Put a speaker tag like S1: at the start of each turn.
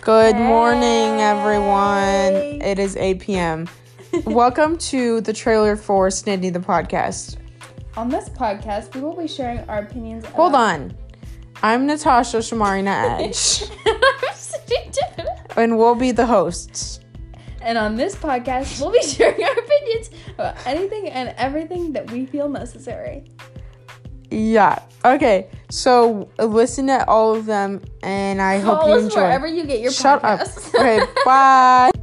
S1: Good morning, everyone. It is 8 p.m. Welcome to the trailer for Snidney the podcast.
S2: On this podcast, we will be sharing our opinions.
S1: Hold on. I'm Natasha Shamarina Edge, and we'll be the hosts.
S2: and on this podcast, we'll be sharing our opinions about anything and everything that we feel necessary.
S1: Yeah. Okay. So listen to all of them, and I hope
S2: Follow
S1: you
S2: us
S1: enjoy.
S2: wherever you get your
S1: Shut
S2: podcasts.
S1: up. Okay. Bye.